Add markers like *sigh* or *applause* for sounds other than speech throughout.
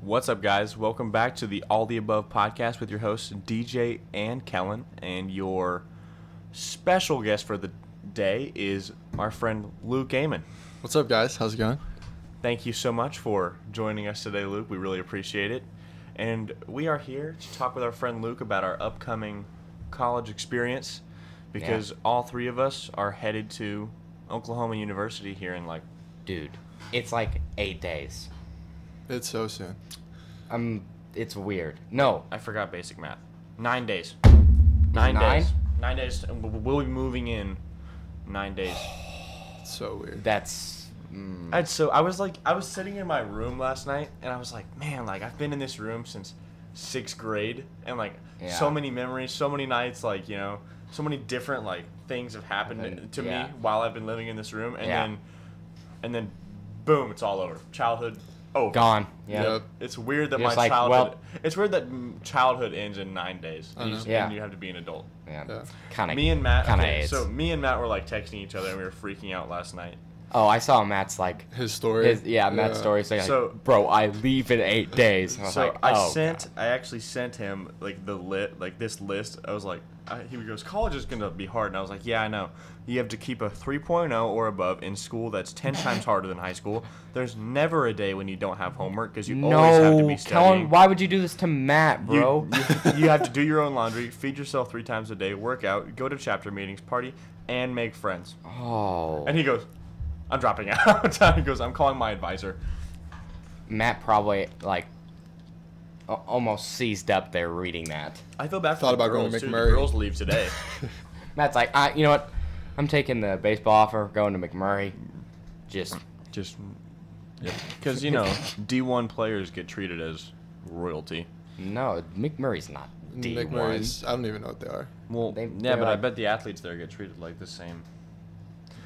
What's up, guys? Welcome back to the All the Above podcast with your hosts, DJ and Kellen. And your special guest for the day is our friend Luke Amon. What's up, guys? How's it going? Thank you so much for joining us today, Luke. We really appreciate it. And we are here to talk with our friend Luke about our upcoming college experience because all three of us are headed to Oklahoma University here in like dude. It's like eight days. It's so soon. Um, it's weird. No, I forgot basic math. Nine days. Nine, Nine? days. Nine days. and w- We'll be moving in nine days. It's so weird. that's mm, *sighs* And so I was like, I was sitting in my room last night, and I was like, man, like I've been in this room since sixth grade, and like so Yeah. many memories, so many nights, like you know, so many different like things have happened And then- to yeah. me while I've been living in this room, and Yeah. then, and then, boom, it's all over. Childhood. Oh, gone. Yeah. Yep. It's weird that You're my just like, childhood. it's weird that mm, childhood ends in nine days. I and know. you just- Yeah. and you have to be an adult. Yeah. Yeah. Kind of. me and Matt. Kind of okay, aids. so me and Matt were like texting each other, and we were freaking out last night. oh, I saw Matt's like. His story. His, yeah, Matt's story saying, like, So- "Bro, I leave in eight days." And I was so like, I "Oh, sent, God." I actually sent him like the lit, like this list. I was like, I, he goes, college is gonna be hard, and I was like, yeah, I know. You have to keep a 3.0 or above in school. That's ten *laughs* times harder than high school. There's never a day when you don't have homework because you always have to No, be Kellen, studying. why would you do this to Matt, You- bro? You, you have to do your own laundry, feed yourself three times a day, work out, go to chapter meetings, party, and make friends. *laughs* oh, And he goes, I'm dropping *laughs* out. he goes, I'm calling my advisor. Matt probably like a- almost seized up there reading that. I feel bad for Thought the about going girls too. to McMurray. The girls leave today. *laughs* Matt's like, I, you know what? I'm taking the baseball offer, going to McMurray. Just Just because you know *laughs* D1 players get treated as royalty. no, McMurray's not D Nick one. Murray's. I don't even know what they are. Well, They- yeah, they're but I like- bet the athletes there get treated like the same.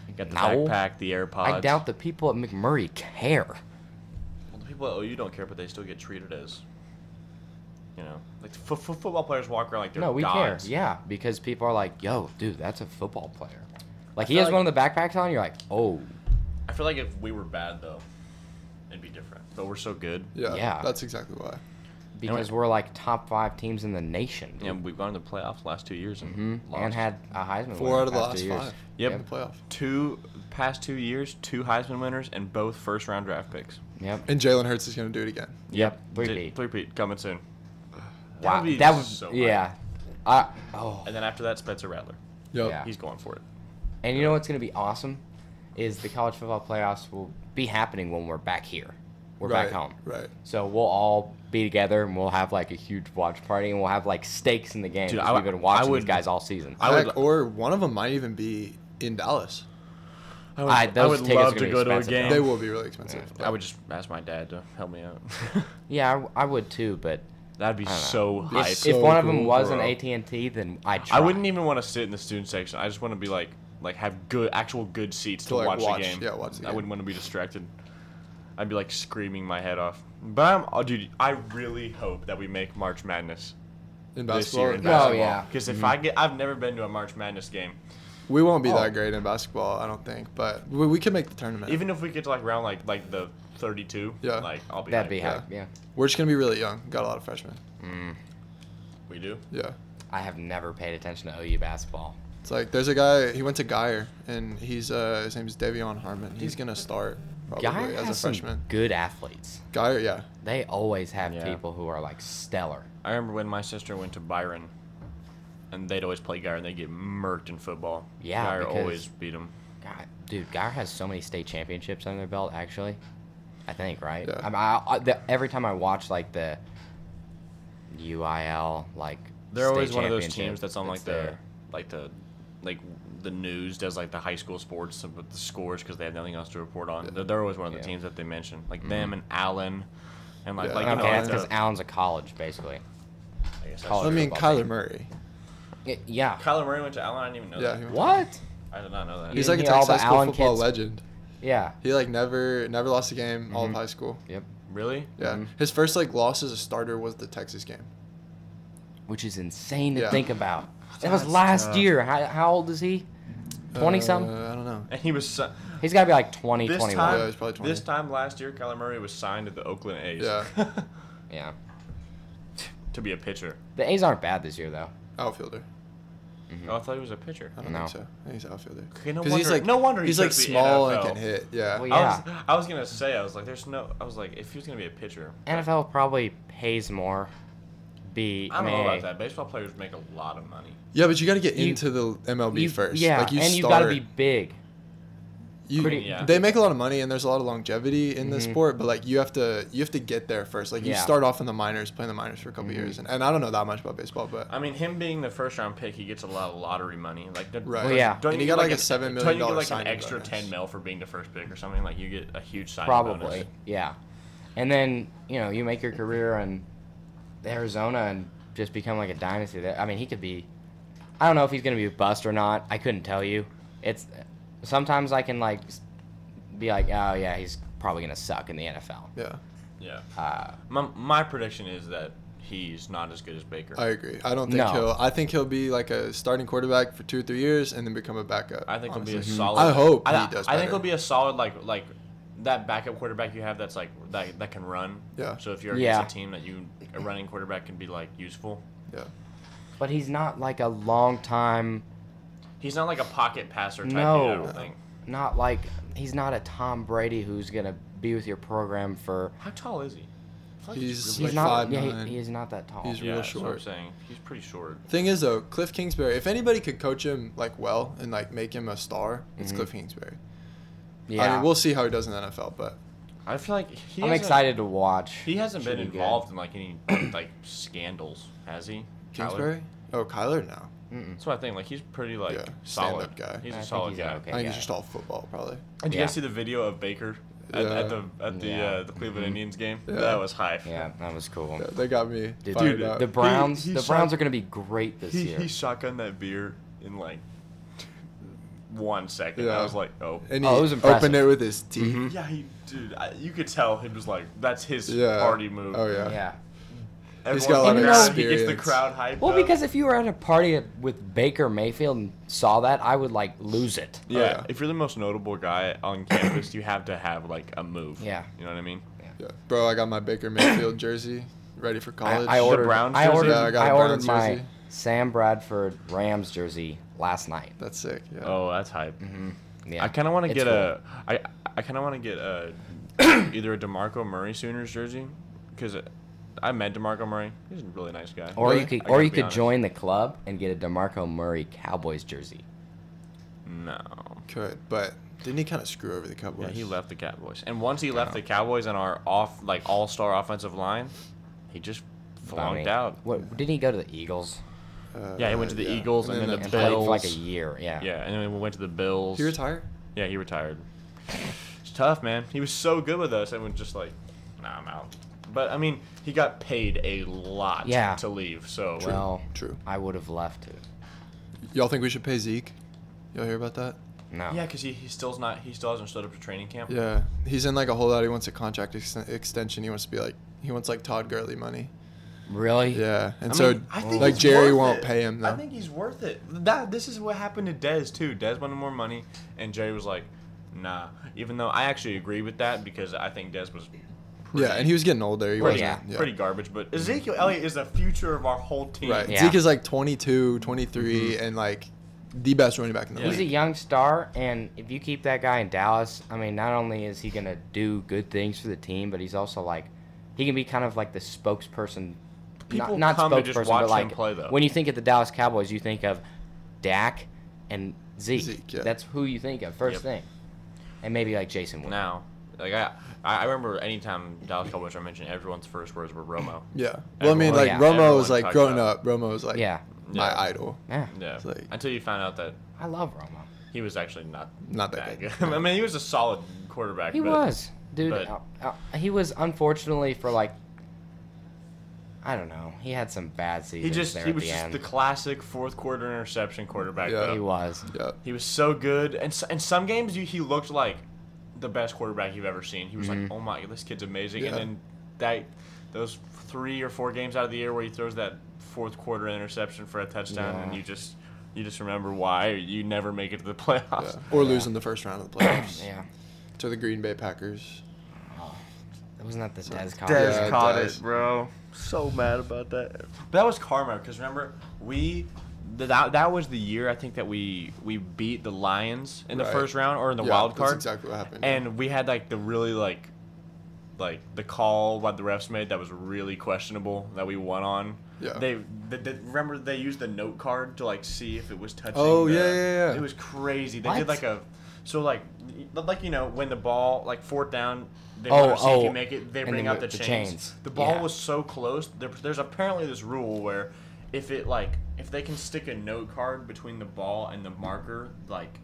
You got the No. backpack, the AirPods. I doubt the people at McMurray care. Well, the people at OU don't care, but they still get treated as, you know, like f- f- football players walk around like they're no, we gods. care. Yeah, because people are like, "Yo, dude, that's a football player." Like he feel has like- one of the backpacks on. You're like, "Oh, I feel like if we were bad though, it'd be different. But we're so good. Yeah. Yeah. That's exactly why. because we're like top five teams in the nation." dude." And we've gone to the playoffs last two years and Mhm. lost. And had a Heisman. Four winner out of the past last two years. five. Yep. In the playoff. two past two years, two Heisman winners, and both first round draft picks. *laughs* Yep. And Jalen Hurts is going to do it again. Yep. Three Di- P. Three-peat coming soon. Wow. would be That was so hype. yeah. I oh. And then after that, Spencer Rattler. Yep. Yeah. He's going for it. And you know what's gonna be awesome is the college football playoffs will be happening when we're back here. We're right. back home. Right. So we'll all be together and we'll have like a huge watch party and we'll have like stakes in the game. Dude, because I- we've been I watching would- these guys all season. I would- Heck, or one of them might even be in Dallas. I would, I- those I would tickets are love gonna to be go to a expensive, game. though. They will be really expensive. but- I would just ask my dad to help me *laughs* out. yeah, I w- I, would too, but That'd be I don't know. so Be hype. so if one of them cool, was an bro. AT&T, then I'd try. I wouldn't even want to sit in the student section. I just want to be like, like have good, actual good seats to, like, watch, watch- the game. yeah, watch the I game. wouldn't want to be distracted. I'd be like screaming my head off. But I'm, oh, dude, I really hope that we make March Madness in this basketball. Mm-hmm. year in yeah. basketball. Oh, yeah. Because if I get, I've never been to a March Madness game. We won't be Oh. that great in basketball, I don't think, but we, we can make the tournament. Even if we get to like round like like the 32, Yeah. like I'll be. That'd be hyped. Yeah. hype. Yeah. We're just going to be really young. Got a lot of freshmen. We do. Yeah. I have never paid attention to OU basketball. It's like there's a guy. He went to Geyer, and he's uh his name's Davion Harmon. He's gonna start probably Guy as has a freshman. some good athletes. Geyer, yeah, They always have Yeah. people who are like stellar. I remember when my sister went to Byron, and they'd always play Guy, and they'd get murked in football. Yeah, Guy because- always beat him. God, dude, Guyer has so many state championships under their belt. Actually, I think right. Yeah. I'm- I, I, the, every time I watch like the UIL, like They're state always one of those teams championship, that's on like it's the there. like the like the news does like the high school sports with the scores because they have nothing else to report on. They're, they're always one of the Yeah. teams that they mention, like them and Allen, and like Yeah. like you Okay, know, that's like because the- Allen's a college, basically. I guess that's college. I true. mean football Kyler team. Murray. Y- yeah. Kyler Murray went to Allen. I didn't even know Yeah, that. he went- What? I did not know that. he's You like a mean all Texas the high school Allen football kids? legend. Yeah. He like never never lost a game all Mm-hmm. of high school. Yep. really? Yeah, Mm-hmm. his first like loss as a starter was the Texas game. Which is insane to Yeah. think about. That was That's last tough. year. How, how old is he? Twenty something. Uh, I don't know. *laughs* And he was si- He's got to be like 20, this 21. time. Yeah, he's probably 20. This time last year, Kyler Murray was signed to the Oakland A's. Yeah. Yeah. *laughs* to be a pitcher. The A's aren't bad this year though. Outfielder. Mm-hmm. Oh, I thought he was a pitcher. I don't No. think so. I think he's outfielder. Okay, no 'Cause wonder- no wonder he he's like took the small and NFL. can hit. Yeah. Well, I was Yeah. I was gonna say I was like, there's no. I was like, if he was gonna be a pitcher, NFL probably pays more. B. I don't know mean, about that. Baseball players make a lot of money. Yeah, but you got to get You- into the MLB you- first. Yeah, like you and start, you gotta be big. you- pretty- Yeah. They make a lot of money, and there's a lot of longevity in this Mhm. sport. But like you have to, you have to get there first. Like you Yeah. start off in the minors, playing the minors for a couple Mhm. years, and, and I don't know that much about baseball, but I mean, him being the first round pick, he gets a lot of lottery money. Like, don't- Right. Well, yeah. Don't And you he got, get, like, a an- $7 don't you million get like an signing extra bonus? ten mil for being the first pick or something? Like you get a huge signing Probably. bonus. Yeah. And then you know you make your career in Arizona and just become like a dynasty. There. I mean, he could be. I don't know if he's gonna be a bust or not. I couldn't tell you. It's sometimes I can like s- be like, oh yeah, he's probably gonna suck in the NFL. yeah, Yeah. Uh, My, my prediction is that he's not as good as Baker. I, I agree. I don't think No. he'll. I think he'll be like a starting quarterback for two or three years, and then become a backup. think honestly. he'll be a solid. I hope I, he does. I Better. think he'll be a solid like like that backup quarterback you have that's like that that can run. Yeah. So if you're Yeah. against a team that you a running quarterback can be like useful. Mm-hmm. Yeah. but he's not like a long time. He's not like a pocket passer type. No. Dude, I don't think. Not like he's not a Tom Brady who's gonna be with your program for. How tall is he? I feel like He's He's Like not. 5'9". Yeah, he, he is not that tall. He's- yeah, real that's what I'm short. saying he's pretty short. Thing is though, Cliff Kingsbury. If anybody could coach him like well and like make him a star, it's Mhm. Cliff Kingsbury. yeah. I mean, we'll see how he does in the NFL, but I feel like he I'm hasn't- excited to watch. He hasn't been Should be good. involved in like any *clears throat* like scandals, has he? Tyler? Kingsbury. Oh, Kyler now. Mm-mm. That's what I think. Like he's pretty like Yeah, solid stand-up guy. He's I a think solid he's an guy. okay I think guy. he's just all football probably. Did you Yeah. guys see the video of Baker at, at the at the Yeah. uh, the Cleveland Mhm. Indians game? Yeah. That was hype. Yeah, that was cool. Yeah, they got me. Dude, fired dude, uh, up. The Browns, He- he the Browns shot- are going to be great this He year. he shotgunned that beer in like one second. Yeah. I was like, oh. and he Oh, it was impressive. Mm-hmm. opened it with his teeth. yeah, he, dude, I, you could tell he was like, that's his Yeah. party move. Oh yeah. yeah. Everyone's He's got a lot in of the crowd, He gets the experience. crowd hyped Well, up. because if you were at a party with Baker Mayfield and saw that, I would like lose it. Yeah, yeah. if you're the most notable guy on campus, you have to have like a move. Yeah. you know what I mean. Yeah. Bro, I got my Baker Mayfield jersey ready for college. I, I ordered. Browns I jersey? ordered. Yeah, I got I, a ordered Browns my jersey. Sam Bradford Rams jersey last night. That's sick. Yeah. Oh, that's hype. Yeah, I kind of want to Mm-hmm. it's get cool. a. I I kind of want to get *coughs* a either a Demarco Murray Sooners jersey because I met Demarco Murray. He's a really nice guy. Or Really? you could, I or gotta you be could honest. join the club and get a Demarco Murray Cowboys jersey. no. Could, but didn't he kind of screw over the Yeah, Cowboys? he left the Cowboys, and once he Oh. left the Cowboys and our off like all star offensive line, he just flunked Bounty. out. What didn't he go to the Eagles Uh, Yeah, he went to the Eagles and then and The play for like a Bills. year? Yeah. Yeah, and then we went to the Bills. He retired. yeah, he retired. It's tough, man. He was so good with us, and was just like, nah, I'm out. But I mean, he got paid a lot Yeah. to leave. So Well, True. I would have left too. Y'all think we should pay Zeke? Y'all hear about that? No. Yeah, because he, he still's not he still hasn't stood up to training camp. Yeah, he's in like a holdout. He wants a contract ex- extension. He wants to be like he wants like Todd Gurley money. Really? Yeah, and I so mean, I think like he's Jerry worth won't it. pay him though. I think he's worth it. That this is what happened to Dez too. Dez wanted more money, and Jerry was like, "Nah." Even though I actually agree with that because I think Dez was yeah, and he was getting older. He pretty, wasn't. Yeah. pretty garbage. But Ezekiel Elliott is the future of our whole team. Right. Yeah. Zeke is like 22, 23, Mm-hmm. and like the best running back in the Yeah. He's a league. young star, and if you keep that guy in Dallas, I mean, not only is he gonna do good things for the team, but he's also like, he can be kind of like the spokesperson. People not, not come to spokesperson, just watch but him like play, though. when you think of the Dallas Cowboys, you think of Dak and Zeke. Zeke, yeah. That's who you think of first Yep. thing, and maybe like Jason. Wynn. now. Like I, I I remember anytime Dallas Cowboys are mentioned, everyone's first words were *laughs* Romo. Yeah. Well, I mean, Everyone- like yeah. Romo Everyone was like talks growing about- up. Romo was like Yeah. my Yeah. idol. Yeah, Yeah. It's like- Until you found out that I love Romo. he was actually not Not that good. *laughs* I mean, he was a solid quarterback. He but was, dude. but- uh, uh, he was unfortunately for like, I don't know. He had some bad seasons He just there he at was the just end. the classic fourth quarter interception quarterback. Yeah. though. he was. Yeah. He was so good, and s- and some games you, he looked like the best quarterback you've ever seen. He was like, Mm-hmm. oh my, this kid's amazing. Yeah. And then that those three or four games out of the year where he throws that fourth quarter interception for a touchdown, and Yeah. you just you just remember why you never make it to the *laughs* playoffs. *coughs* Yeah. Or losing the first round of the playoffs Yeah. to the Green Bay Packers. Wasn't that the Des Cobb? Dez Yeah, caught Dez. it, bro. So mad about that. But that was karma, because remember, we th- that that was the year I think that we we beat the Lions in the Right. first round or in the Yeah, wild that's card, exactly what happened. yeah. and we had like the really like like the call what the refs made that was really questionable that we won on. Yeah. They, they, they- remember they used the note card to like see if it was touching. Oh, the- yeah, yeah, yeah. It was crazy. They What? did like a so like like you know when the ball like fourth down they Oh, want to see if you oh, make it they and bring then out the, the- the chains. chains. The ball Yeah. was so close. There, there's apparently this rule where if it like if they can stick a note card between the ball and the marker like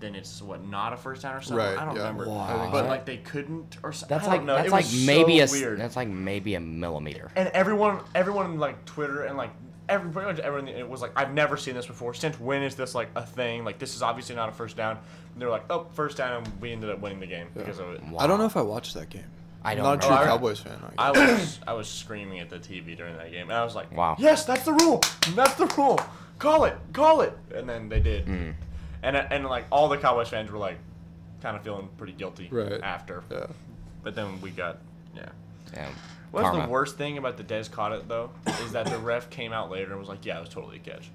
then it's what not a first down or something. Right, I don't yeah. remember. Wow. But like they couldn't or something. That's I like don't know. that's it like was maybe so a s- weird. that's like maybe a millimeter. and everyone everyone in like Twitter and like every pretty much everyone it was like I've never seen this before. Since when is this like a thing? Like this is obviously not a first down. And they're like, "Oh, first down." And we ended up winning the game because of it. I don't know if I watched that game. I don't I'm not a know. true Oh, I- Cowboys fan. I I guess. was I was screaming at the TV during that game, and I was like, Wow. yes, that's the rule. That's the rule. Call it, call it." And then they did, Hmm. and and like all the Cowboys fans were like, kind of feeling pretty guilty Right. after. yeah. But then we got yeah. Yeah, What's karma. the worst thing about the Des caught it though is that the ref came out later and was like, "Yeah, it was totally a catch,"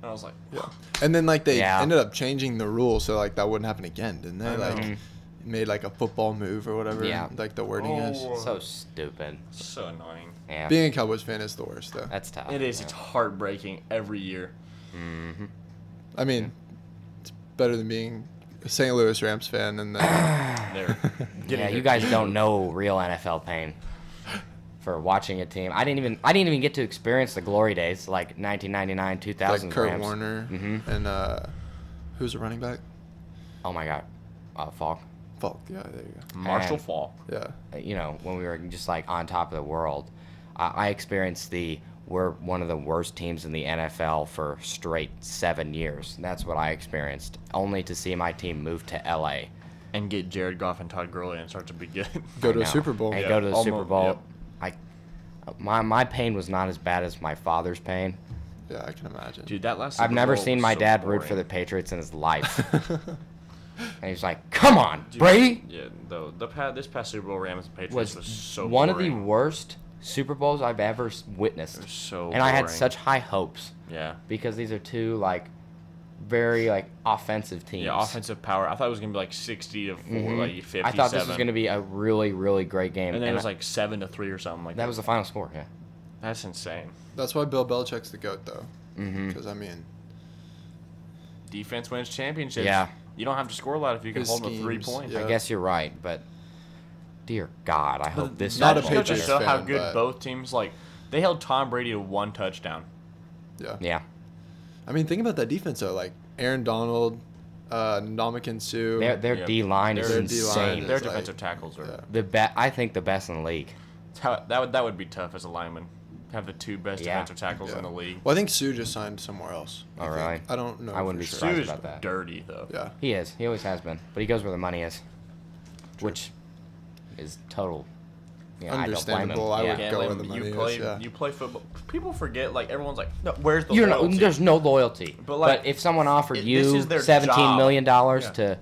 and I was like, Yeah. And then like they Yeah. ended up changing the rule so like that wouldn't happen again, didn't they? I know. Like Mhm. made like a football move or whatever. Yeah. Like the wording Oh. is. So stupid. "So annoying." Yeah, Being a Cowboys fan is the worst though. that's tough. It is. yeah. It's heartbreaking every year. I mean, it's better than being a St. Louis Rams fan and *clears throat* then There. *laughs* yeah, you guys don't know real NFL pain *gasps* for watching a team. I didn't even I didn't even get to experience the glory days like 1999, 2000. like Kurt Rams. Warner Mhm. and uh who's the running back? Oh my God, uh, Falk. Falk. Yeah, there you go. Marshall And- Fall. Yeah. uh, you know, when we were just like on top of the world, I, I experienced the we're one of the worst teams in the NFL for straight seven years. That's what I experienced, only to see my team move to LA. and get Jared Goff and Todd Gurley and start to *laughs* begin. Go I to a know. Super Bowl. And Yeah, go to the Super almost, Bowl. I, my my pain was not as bad as my father's pain. Yeah, I can imagine. Dude, that last. I've Super never Bowl seen was my so dad root for the boring. Patriots in *laughs* his life. and he's like, "Come on, Brady." Yeah, though the pa- this past Super Bowl Rams and Patriots was, Was, so one of boring. the worst Super Bowls I've ever s- witnessed. so. and I had boring. such high hopes. yeah. because these are two like very like offensive teams. Yeah, offensive power. I thought it was gonna be like sixty to 4 like fifty-seven. Mm-hmm. I thought this was going to be a really really great game, and then it was I- like seven to three or something like that. that was the final score. Yeah, That's insane. That's why Bill Belichick's the goat though. Mm-hmm. Because I mean, Defense wins championships. Yeah. You don't have to score a lot if you can His hold them to three schemes, points. yeah. I guess you're right, but dear God, I hope this not that a Super just Bowl goes to Patriots show how fan, good but- both teams like. They held Tom Brady to one touchdown. yeah. Yeah, I mean, think about that defense though. Like Aaron Donald, uh, Ndamukong Suh. their their Yeah. D line is Their D line insane. is- Their like- defensive tackles are. yeah. the be- I think the best in the league. That, that would that would be tough as a lineman. Have the two best Yeah. defensive tackles Yeah. in the league. Well, I think Sue just signed somewhere else. I Oh, think. really? I don't know. I for wouldn't be sure. surprised Sue is about that. dirty though. Yeah. He is. He always has been, but he goes where the money is, which is total. Yeah, Understandable, I I don't would blame him. Can't yeah. go blame where the them. money you is, play yeah. you play football. People forget like everyone's like, no, where's the You're not, loyalty? there's no loyalty. But, But like, if someone offered it- you this is seventeen their million seventeen job. million dollars Yeah. to,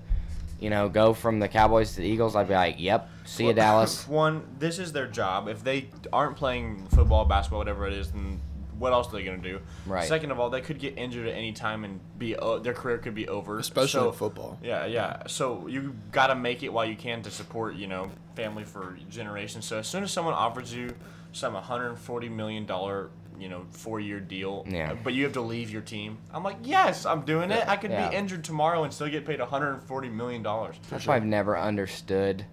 you know, go from the Cowboys to the Eagles, I'd be like, "Yep, *laughs* see you, Dallas." One, this is their job. If they aren't playing football, basketball, whatever it is, then what else are they going to do? Right. Second of all, they could get injured at any time and be o their career could be over. Especially So- in football. Yeah, yeah. So you got to make it while you can to support, you know, family for generations. So as soon as someone offers you some 140 million dollar, you know, four year deal, Yeah. but you have to leave your team, I'm like, yes, I'm doing it. I could Yeah. be injured tomorrow and still get paid 140 million dollars. That's why I've never understood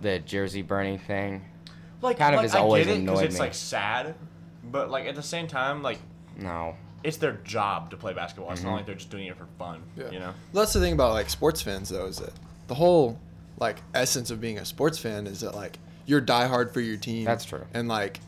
the jersey burning thing. like kind of like, has I always get it 'cause annoyed it's me. like sad, but like at the same time, like No, it's their job to play basketball. It's not Mm-hmm. like they're just doing it for fun. Yeah. You know, Well, that's the thing about like sports fans though is that the whole like essence of being a sports fan is that like you're diehard for your team. That's true. And like,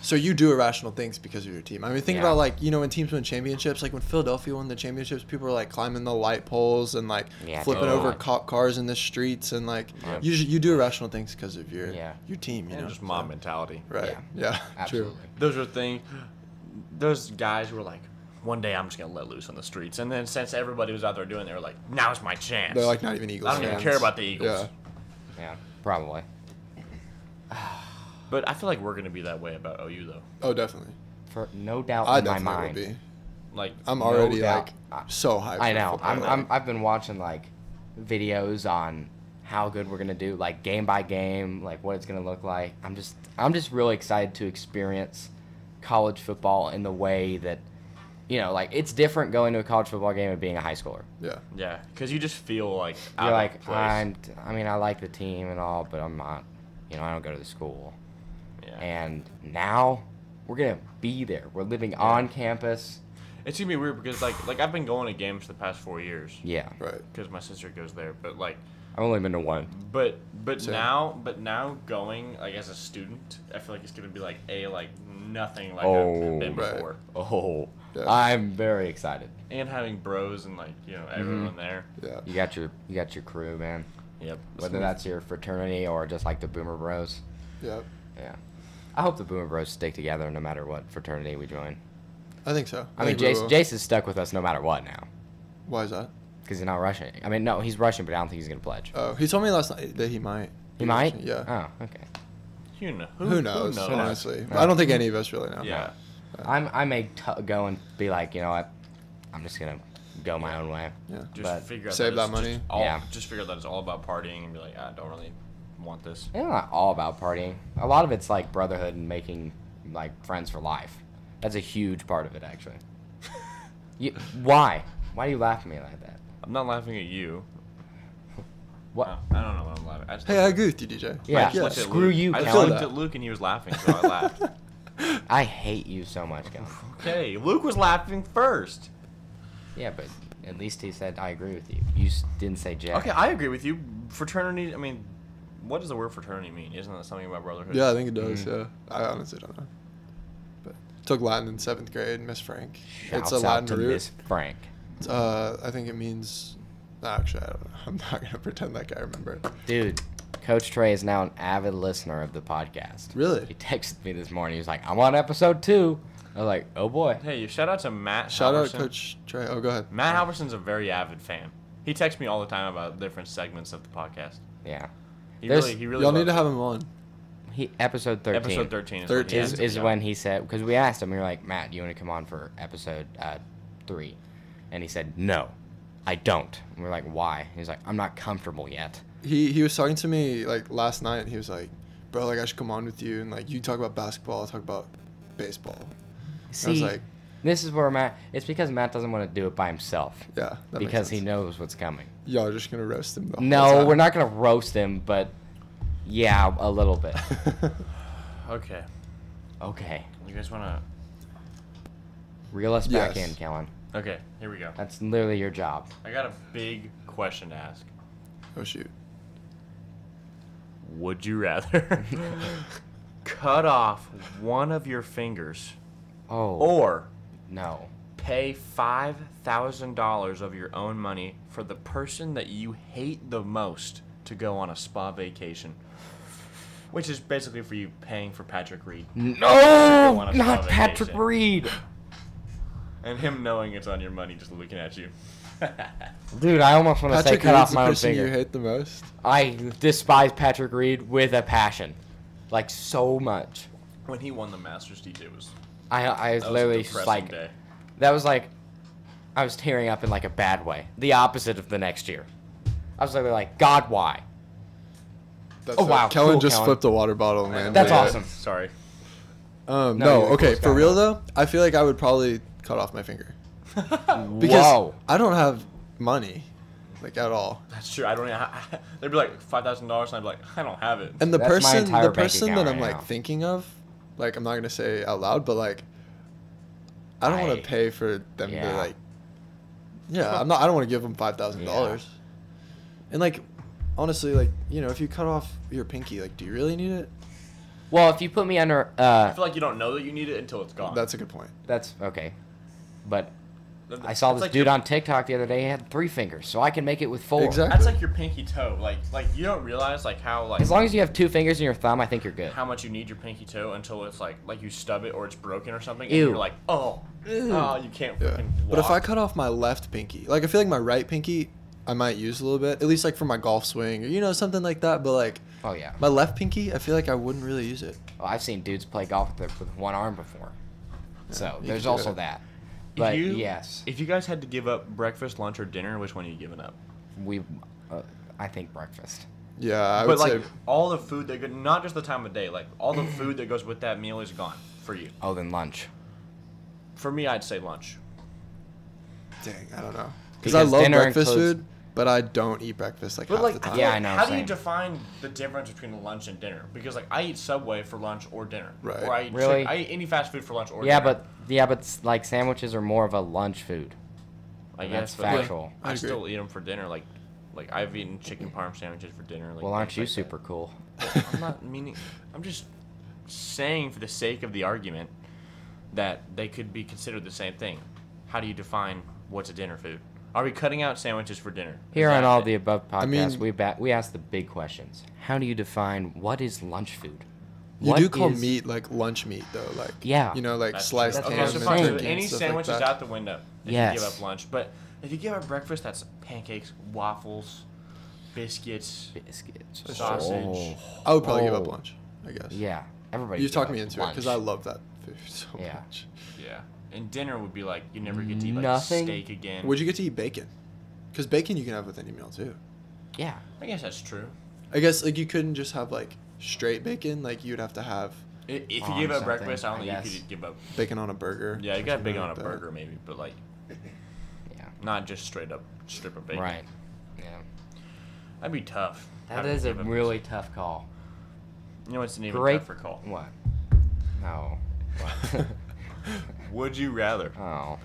so you do irrational things because of your team. I mean, think Yeah. about like you know when teams win championships, like when Philadelphia won the championships, people were like climbing the light poles and like Yeah, flipping totally. over cop cars in the streets and like Yeah. you you do irrational things because of your Yeah. your team. You and know, just mob mentality. Right. Yeah. Yeah. *laughs* absolutely. True. Those are things. Those guys were like, one day I'm just gonna let loose on the streets, and then since everybody was out there doing, it, they were like, now's my chance. They're like not even Eagles. I don't even fans. care about the Eagles. Yeah. Yeah, probably. But I feel like we're gonna be that way about OU though. Oh, definitely. for no doubt I in my definitely mind. will be. Like I'm No already doubt. like I- so hyped. I for know. football, I'm, like, I'm I've been watching like videos on how good we're gonna do, like game by game, like what it's gonna look like. I'm just I'm just really excited to experience college football in the way that you know, like it's different going to a college football game and being a high schooler. yeah. yeah, because you just feel like out You're of like, place. I'm, I mean, I like the team and all, but I'm not, you know, I don't go to the school. Yeah. And now we're gonna be there. We're living on campus. It's gonna be weird because like like I've been going to games for the past four years Yeah, Right. because my sister goes there, but like I've only been to one. but but Same. now but now going like as a student, I feel like it's gonna be like a like nothing like Oh. I've been Right. before, Oh, Yeah. I'm very excited. and having bros and like you know everyone there. Yeah. You got your you got your crew, man. Yep. Whether that's your fraternity or just like the Boomer Bros. Yeah. Yeah. I hope the Boomer Bros stick together no matter what fraternity we join. I think so. I mean, think we Jace, will. Jace is stuck with us no matter what now Why is that? because he's not rushing. I mean, no, he's rushing, but I don't think he's gonna pledge. Oh, he told me last night that he might. he might. Yeah. Oh, okay. you know who, knows, Honestly, Yeah. I don't think any of us really know. Yeah. I'm I may t- go and be like, you know what, I'm just gonna go my own way. Yeah. Just But figure out save that, that it's money. Just all, Yeah. Just figure out that it's all about partying and be like, "Ah, I don't really want this. It's not all about partying. A lot of it's like brotherhood and making like friends for life. That's a huge part of it, actually. you, why? Why do you laugh at me like that? I'm not laughing at you. What? No, I don't know what I'm laughing. I just Hey, I agree with you, DJ. I Yeah. just looked at Screw Luke. you, I just Kellen. looked at Luke and he was laughing, so I laughed. I hate you so much, Cal. okay, Luke was laughing first. yeah, but at least he said I agree with you. You s- didn't say Jack. Okay, I agree with you. Fraternity. I mean, what does the word fraternity mean? Isn't that something about brotherhood? Yeah, I think it Mm. does. Yeah, I honestly don't know. But took Latin in seventh grade, Miss Frank. Shouts it's a out Latin to root. Miss Frank. Uh, I think it means. Actually, I don't know. *laughs* I'm not gonna pretend like I remember. Dude, Coach Trey is now an avid listener of the podcast. Really? He texted me this morning. He was like, I'm on episode two. I was like, oh boy. Hey, you shout out to Matt. Shout out Halverson. Coach Trey. Oh, go ahead. Matt Halverson's a very avid fan. He texts me all the time about different segments of the podcast. Yeah. He There's- really, he really. Y'all need to loves have him on. He Episode 13. episode thirteen. Is, When he 13. is, has is to be on. when he said because we asked him we were like matt do you want to come on for episode uh, three and he said no i don't and we are like why he's like i'm not comfortable yet He he was talking to me like last night. and He was like, "Bro, like I should come on with you and like you talk about basketball, I'll talk about baseball." see I was like, this is where matt it's because matt doesn't want to do it by himself "Yeah, that makes because he sense. knows what's coming y'all are just gonna roast him." The whole no time. we're not gonna roast him but yeah a *laughs* little bit Okay, okay you guys wanna? reel us back Yes. in kellen Okay, here we go. that's literally your job I got a big question to ask. Oh shoot. Would you rather *laughs* cut off one of your fingers oh or no pay $5,000 of your own money for the person that you hate the most to go on a spa vacation? Which is basically for you paying for Patrick Reed go no on a not spa patrick vacation. reed and him knowing it's on your money just looking at you. dude i almost want to say Patrick cut Reed's off the my own person finger you hate the most. I despise Patrick Reed with a passion, like so much. when he won the Masters, DJ was, I I was, that was literally a just depressing like day. that was like I was tearing up in like a bad way, the opposite of the next year. I was literally like, God, why? *laughs* That's Oh, it. wow, Kellen cool, just Kellen. flipped a water bottle, man. That's Yeah. awesome. Sorry. Um, no, No, you're the okay, coolest for guy. real though, I feel like I would probably cut off my finger because Whoa, I don't have money, like at all. That's true. I don't. I, they'd be like five thousand dollars, and I'd be like, I don't have it. And the That's my person, entire the bank person account that I'm right like now. thinking of, like I'm not gonna say out loud, but like, I don't want I- to pay for them Yeah. to like. Yeah, I'm not. I don't want to give them five thousand dollars. And like, honestly, like you know, if you cut off your pinky, like, do you really need it? Well, if you put me under, I uh, feel like you don't know that you need it until it's gone. That's a good point. that's okay. But That- I saw that's this like dude your- on TikTok the other day. He had three fingers, so I can make it with four. Exactly. That's like your pinky toe. Like like you don't realize like how like As long as you have two fingers and your thumb, I think you're good. how much you need your pinky toe until it's like like you stub it or it's broken or something, Ew. and you're like, oh, oh, you can't Yeah. freaking walk. But if I cut off my left pinky, like I feel like my right pinky, I might use a little bit, at least like for my golf swing or you know something like that. But like Oh yeah. my left pinky, I feel like I wouldn't really use it. Well, Oh, I've seen dudes play golf with, their, with one arm before. So you there's can do also it. that. If But you- yes, If you guys had to give up breakfast, lunch, or dinner, which one are you giving up? we. Uh, I think breakfast. Yeah, I but would like say all the food that go- not just the time of day, like all the food that goes with that meal is gone for you. Oh, then lunch. For me, I'd say lunch. Dang, I don't know. Because Because I love dinner breakfast includes- food, but I don't eat breakfast like But half like, the time. Yeah, I know, How do same. you define the difference between lunch and dinner? Because like I eat Subway for lunch or dinner, Right. Or I eat Really? chick- I eat any fast food for lunch or Yeah, dinner. but yeah, but s- like sandwiches are more of a lunch food. I that's guess but, like, factual. I, I'd agree. still eat them for dinner. Like, like I've eaten chicken parm sandwiches for dinner. Like, Well, aren't things you like that. super cool? Well, I'm not meaning. I'm just saying, for the sake of the argument, that they could be considered the same thing. How do you define what's a dinner food? Are we cutting out sandwiches for dinner? Is Here on that all it? the above podcasts, mean- we ba- we ask the big questions. How do you define what is lunch food? You What do call is- meat like lunch meat though, like Yeah. you know, like That's true. sliced That's Okay, what ham so I'm and fine. saying. So turkey and any stuff sandwich like is that. out the window. If you give Yes. up lunch, but if you give up breakfast, that's pancakes, waffles, biscuits. Biscuits. Sausage. Oh. I would probably give up Oh. lunch. I guess. Yeah, everybody. You've give talked up me into it because I lunch. love that food *laughs* so Yeah. much. Yeah. And dinner would be like you never get to eat like Nothing. steak again. Would you get to eat bacon? Because bacon you can have with any meal too. Yeah, I guess that's true. I guess like you couldn't just have like straight bacon. Like you'd have to have I- If you On give up something, breakfast, I don't I think you guess. could give up. bacon on a burger. Yeah, or you got something big on a like that. burger maybe, but like yeah. not just straight up strip of bacon. Right. Yeah. That'd be tough. That having to is a give up- really tough call. You know what's an even Great tougher call? What? No. What? Would you rather, oh.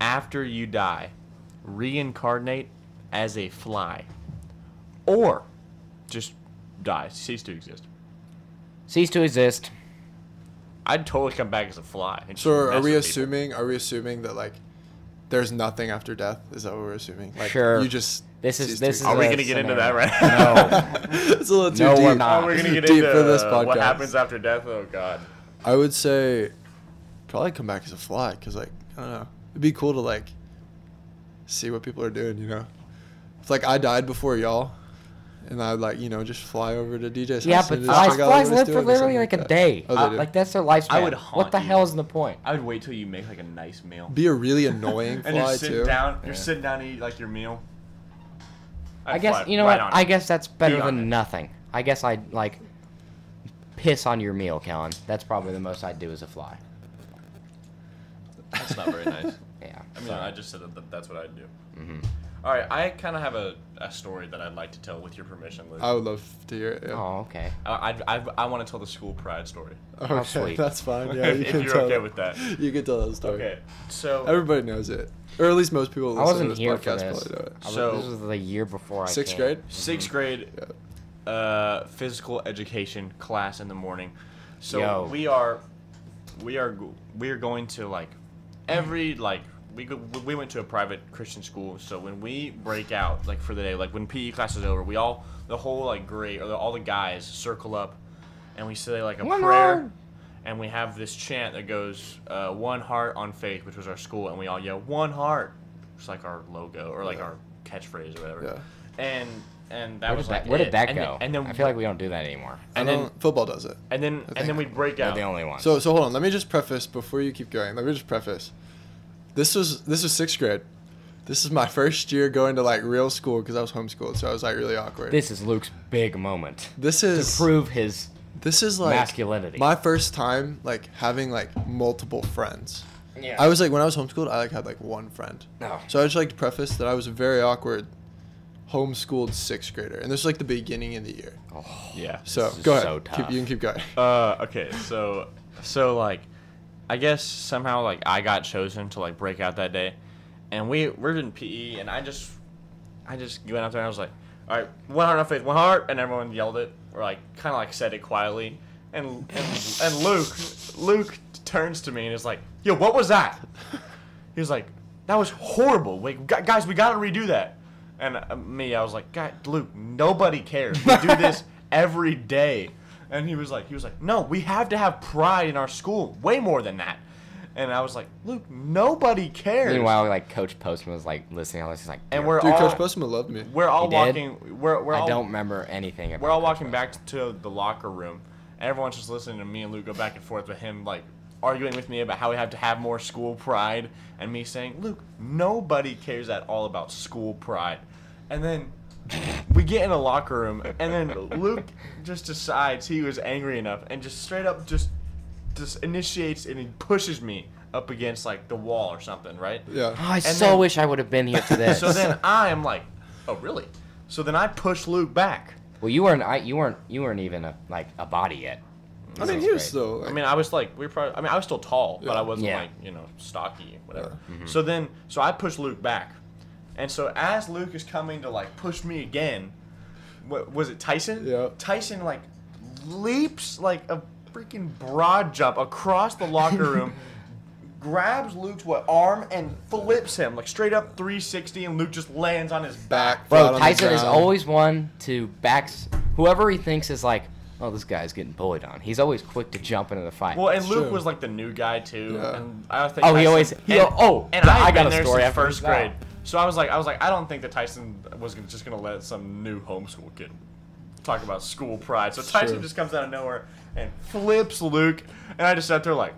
after you die, reincarnate as a fly, or just die, cease to exist? Cease to exist. I'd totally come back as a fly. and just So are mess we with people. assuming? Are we assuming that like there's nothing after death? Is that what we're assuming? Like, Sure. You just This is cease this is. to Are we a gonna get into scenario. *laughs* that right No. it's a little too No, deep. we're not. Oh, we're This gonna is get deep into for this uh, what podcast. happens after death. Oh God. I would say probably come back as a fly because like I don't know, it'd be cool to like see what people are doing. You know, it's like I died before y'all, and I'd like you know just fly over to DJ's Yeah, house but and just flies, check out flies what he's live for doing or literally something like a that. day. Oh, they Uh, do. like that's their lifespan. I would what the haunt you. hell is the point? I would wait till you make like a nice meal. be a really annoying *laughs* And you're fly sitting too. down. You're Yeah. sitting down to eat like your meal. I I'd guess fly you know right what. on I it. guess that's better on it. than nothing. I guess I'd like piss on your meal, Kellen. That's probably the most I'd do as a fly. That's not very *laughs* nice. Yeah. I mean, sorry. I just said that, that that's what I'd do. Mm-hmm. All right, I kind of have a, a story that I'd like to tell with your permission, Luke. I would love to hear it. Yeah. Oh, okay. I, I'd- I've- I, want to tell the school pride story. *laughs* okay, sweet. that's *laughs* fine. Yeah, you If can you're tell okay it. with that. *laughs* you can tell that story. Okay, so Everybody knows it, or at least most people. I That listen to wasn't this here for podcast this. Probably know it. I was- So- this was the year before I Sixth came. grade. sixth Mm-hmm. grade uh, physical education class in the morning. So Yo. we are, we are, go- we are going to like every like we go, we went to a private Christian school. So when we break out like for the day, like when PE class is over, we all the whole like grade or the, all the guys circle up, and we say like a One prayer. heart. And we have this chant that goes, uh, "One heart on faith," which was our school, and we all yell, "One heart," It's like our logo or like Yeah. our catchphrase or whatever Yeah. and and that Where was did that, like where it. did that and go? Then, and then I feel like we don't do that anymore. and I then don't- football does it. and then think- and then we break We're out. the only ones. So so hold on. Let me just preface before you keep going. Let me just preface. This was this was sixth grade. This is my *laughs* first year going to like real school because I was homeschooled, so I was like really awkward. This, this is Luke's big moment to is prove his this is like masculinity. my first time like having like multiple friends. yeah. I was like when I was homeschooled, I like had like one friend. No. So I just like to preface that I was a very awkward homeschooled sixth grader, and this was like the beginning of the year. Yeah. So Oh, is go ahead. so Keep- tough. you can *laughs* keep going. Uh, okay, so so like, I guess somehow like I got chosen to like break out that day, and we we're in PE, and I just I just went out there and I was like, all right, one heart on faith, one heart, and everyone yelled it or like kind of like said it quietly, and and and Luke Luke turns to me and is like, yo, what was that? He was like, that was horrible. Wait, gu- guys, we gotta redo that. And uh, me, I was like, God, Luke, nobody cares. We do this every day. And he was like, he was like, no, we have to have pride in our school, way more than that. And I was like, Luke, nobody cares. Meanwhile, like Coach Postman was like listening to all this. He's like, and "Dude, we're Dude, all Coach Postman loved me. we're all He did? walking. We're we're I all don't remember anything about." we're all Coach walking Postman. back to the locker room. Everyone's just listening to me and Luke go back and forth with him, like arguing with me about how we have to have more school pride, and me saying, "Luke, nobody cares at all about school pride." And then we get in a locker room, and then Luke just decides he was angry enough, and just straight up just just initiates and he pushes me up against like the wall or something, right? Oh, Yeah. I so then- wish I would have been here *laughs* for this. So then I am like, "Oh, really?" So then I push Luke back. well, you weren't. I, you weren't. You weren't even a, like a body yet. I mean, Sounds he was great. still. Like, I mean, I was like, we were probably. I mean, I was still tall, but Yeah. Mm-hmm. I wasn't Yeah. like you know stocky, whatever. So then, so I pushed Luke back, and so as Luke is coming to like push me again, what was it, Tyson? Yeah. Tyson like leaps like a freaking broad jump across the locker *laughs* room. Grabs Luke's what arm and flips him like straight up 360, and Luke just lands on his back. back. flat on Bro, the Tyson is ground. always one to backs whoever he thinks is like, oh, this guy's getting bullied on. He's always quick to jump into the fight. Well, and It's Luke true. was like the new guy too, Yeah. and I think Oh, he Tyson- always- he- and- oh, and I, I got got been a there story since after first that. grade, so I was like, I was like, I don't think that Tyson was gonna, just gonna let some new homeschool kid talk about school pride. So Tyson Sure. just comes out of nowhere and flips Luke, and I just sat there like.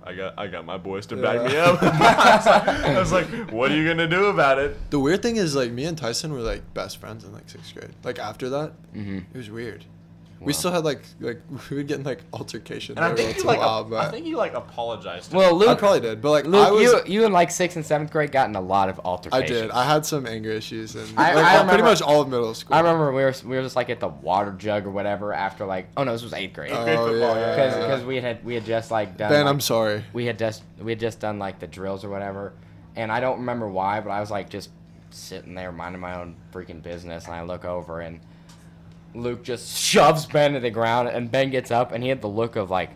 I got, I got my boys to back me Yeah. *laughs* up. *laughs* I, was like, I was like, "What are you gonna do about it?" the weird thing is, like, me and Tyson were like best friends in like sixth grade. Like after that, it was weird. Mm-hmm. Wow. We still had like like *laughs* we would get in like altercations. And I every think once you in like, a while, ap- I but think you like apologized. I Well, Luke, probably did. But like Luke, I was, you you in like sixth and seventh grade got in a lot of I altercations. did. I had some anger issues, and I- like, I all- remember- pretty much all of middle school. I remember we were we were just like at the water jug or whatever after like oh no this was eighth grade Oh, because Grade football, yeah. yeah. we had we had just like done Ben, uh, like, I'm sorry. we had just we had just done like the drills or whatever, and I don't remember why, but I was like just sitting there minding my own freaking business, and I look over and Luke just shoves Ben to the ground, and Ben gets up, and he had the look of like,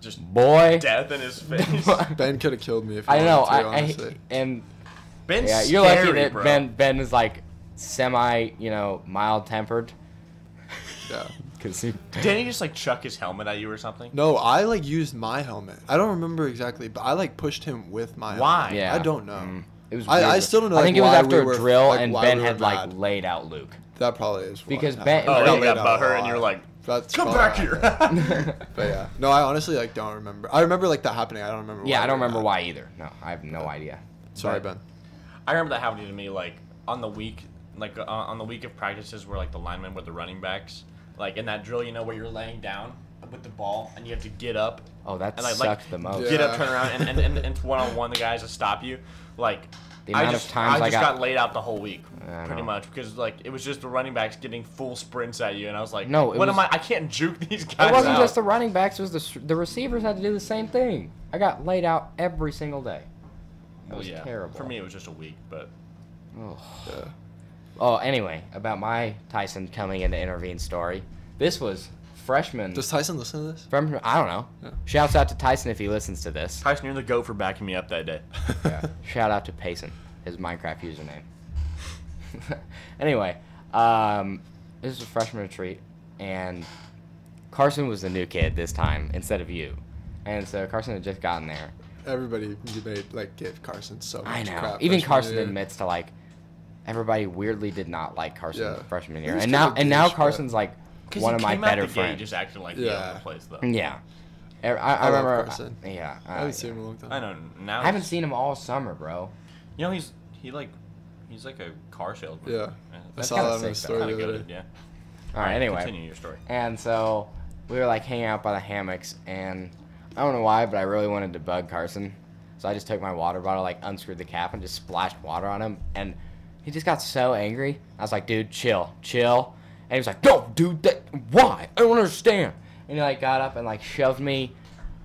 just boy, *laughs* *laughs* death in his face. Ben could have killed me if he I know, wanted to, I, I honestly. and Ben, yeah, you're scary, lucky that bro. Ben Ben is like semi, you know, mild tempered, yeah. cause he Didn't he just like chuck his helmet at you or something? No, I like used my helmet. I don't remember exactly, but I like pushed him with my. Why? Helmet. yeah, I don't know. Mm. It was. I- I weird. still don't know, I like, think it was why after we a were- drill, like, and why Ben we were had like mad. laid out Luke. That probably is why Because it Ben- happened. Oh, I you laid got out a butthurt, and lot. you're like, That's "Come probably back why. *laughs* here." *laughs* But yeah, no, I honestly like don't remember. I remember like that happening. I don't remember. Yeah, why I don't we were remember mad. why either. No, I have no idea. Sorry, But- Ben. I remember that happening to me like on the week, like uh, on the week of practices where like the linemen were the running backs, like in that drill, you know, where you're laying down with the ball and you have to get up Oh, that and like, like sucked the most. get up, Yeah. turn around, and and and, and one on one the guys to stop you, like. The I amount of just, times I I just got, got- laid out the whole week, I pretty know. much, because like it was just the running backs getting full sprints at you, and I was like, No, what it was- am I? I can't juke *laughs* these guys." It wasn't out. just the running backs; it was the s- the receivers had to do the same thing. I got laid out every single day. That Well, was Oh, yeah. terrible. For me, it was just a week, but Yeah. Oh, anyway, about my Tyson coming in to intervene story. This was freshman. Does Tyson listen to this? from I don't know. Yeah. Shouts out to Tyson if he listens to this. Tyson, you're the goat for backing me up that day. Yeah. *laughs* Shout out to Payson, his Minecraft username. *laughs* anyway, um, this is a freshman retreat, and Carson was the new kid this time instead of you. And so Carson had just gotten there. *laughs* Everybody made like give Carson so much I know. crap Even freshman Carson year. admits to like everybody weirdly did not like Carson Yeah. freshman He year, was and kind now of a and now douche, but- Carson's like Because one he of my came out better the gate friends. just acting like Yeah. he owned the place, though. yeah, I, I, I love remember. uh, Carson. yeah, uh, I haven't seen him in a long time. I know. Now I haven't seen him all summer, bro. You know, he's he like he's like a car salesman. Yeah. I That's saw kinda that in the sick, story Kind the of other goaded, day. yeah. All right, anyway. Continue your story. And so we were like hanging out by the hammocks, and I don't know why, but I really wanted to bug Carson. So I just took my water bottle, like unscrewed the cap, and just splashed water on him. And he just got so angry. I was like, dude, chill, chill. And he was like, no, dude, that, why? I don't understand. And he like got up and like shoved me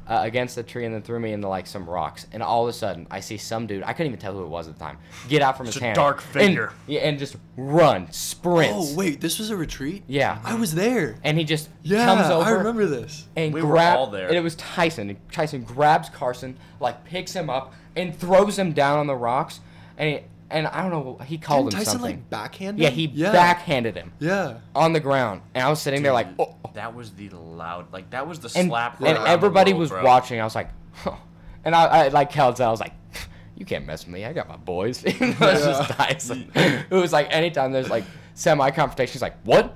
uh, against the tree and then threw me into like some rocks. And all of a sudden, I see some dude, I couldn't even tell who it was at the time, get out from It's his a hand. dark and- figure. yeah, and just run, sprint. Oh wait, this was a retreat. Yeah. I was there. And he just Yeah, comes over I remember this. and We were grab, all there. And it was Tyson. And Tyson grabs Carson, like picks him up, and throws him down on the rocks. And and I don't know, he called Didn't him Tyson something. like backhand? yeah, him? he backhanded him Yeah. on the ground, and I was sitting there like, oh, that was the loud, like that was the and, slap. and around the everybody world, was bro. watching. I was like, huh. And I, I like held I was like, *laughs* you can't mess with me. I got my boys. *laughs* It was just Yeah. Tyson. *laughs* It was like anytime there's like semi confrontation, he's like, what?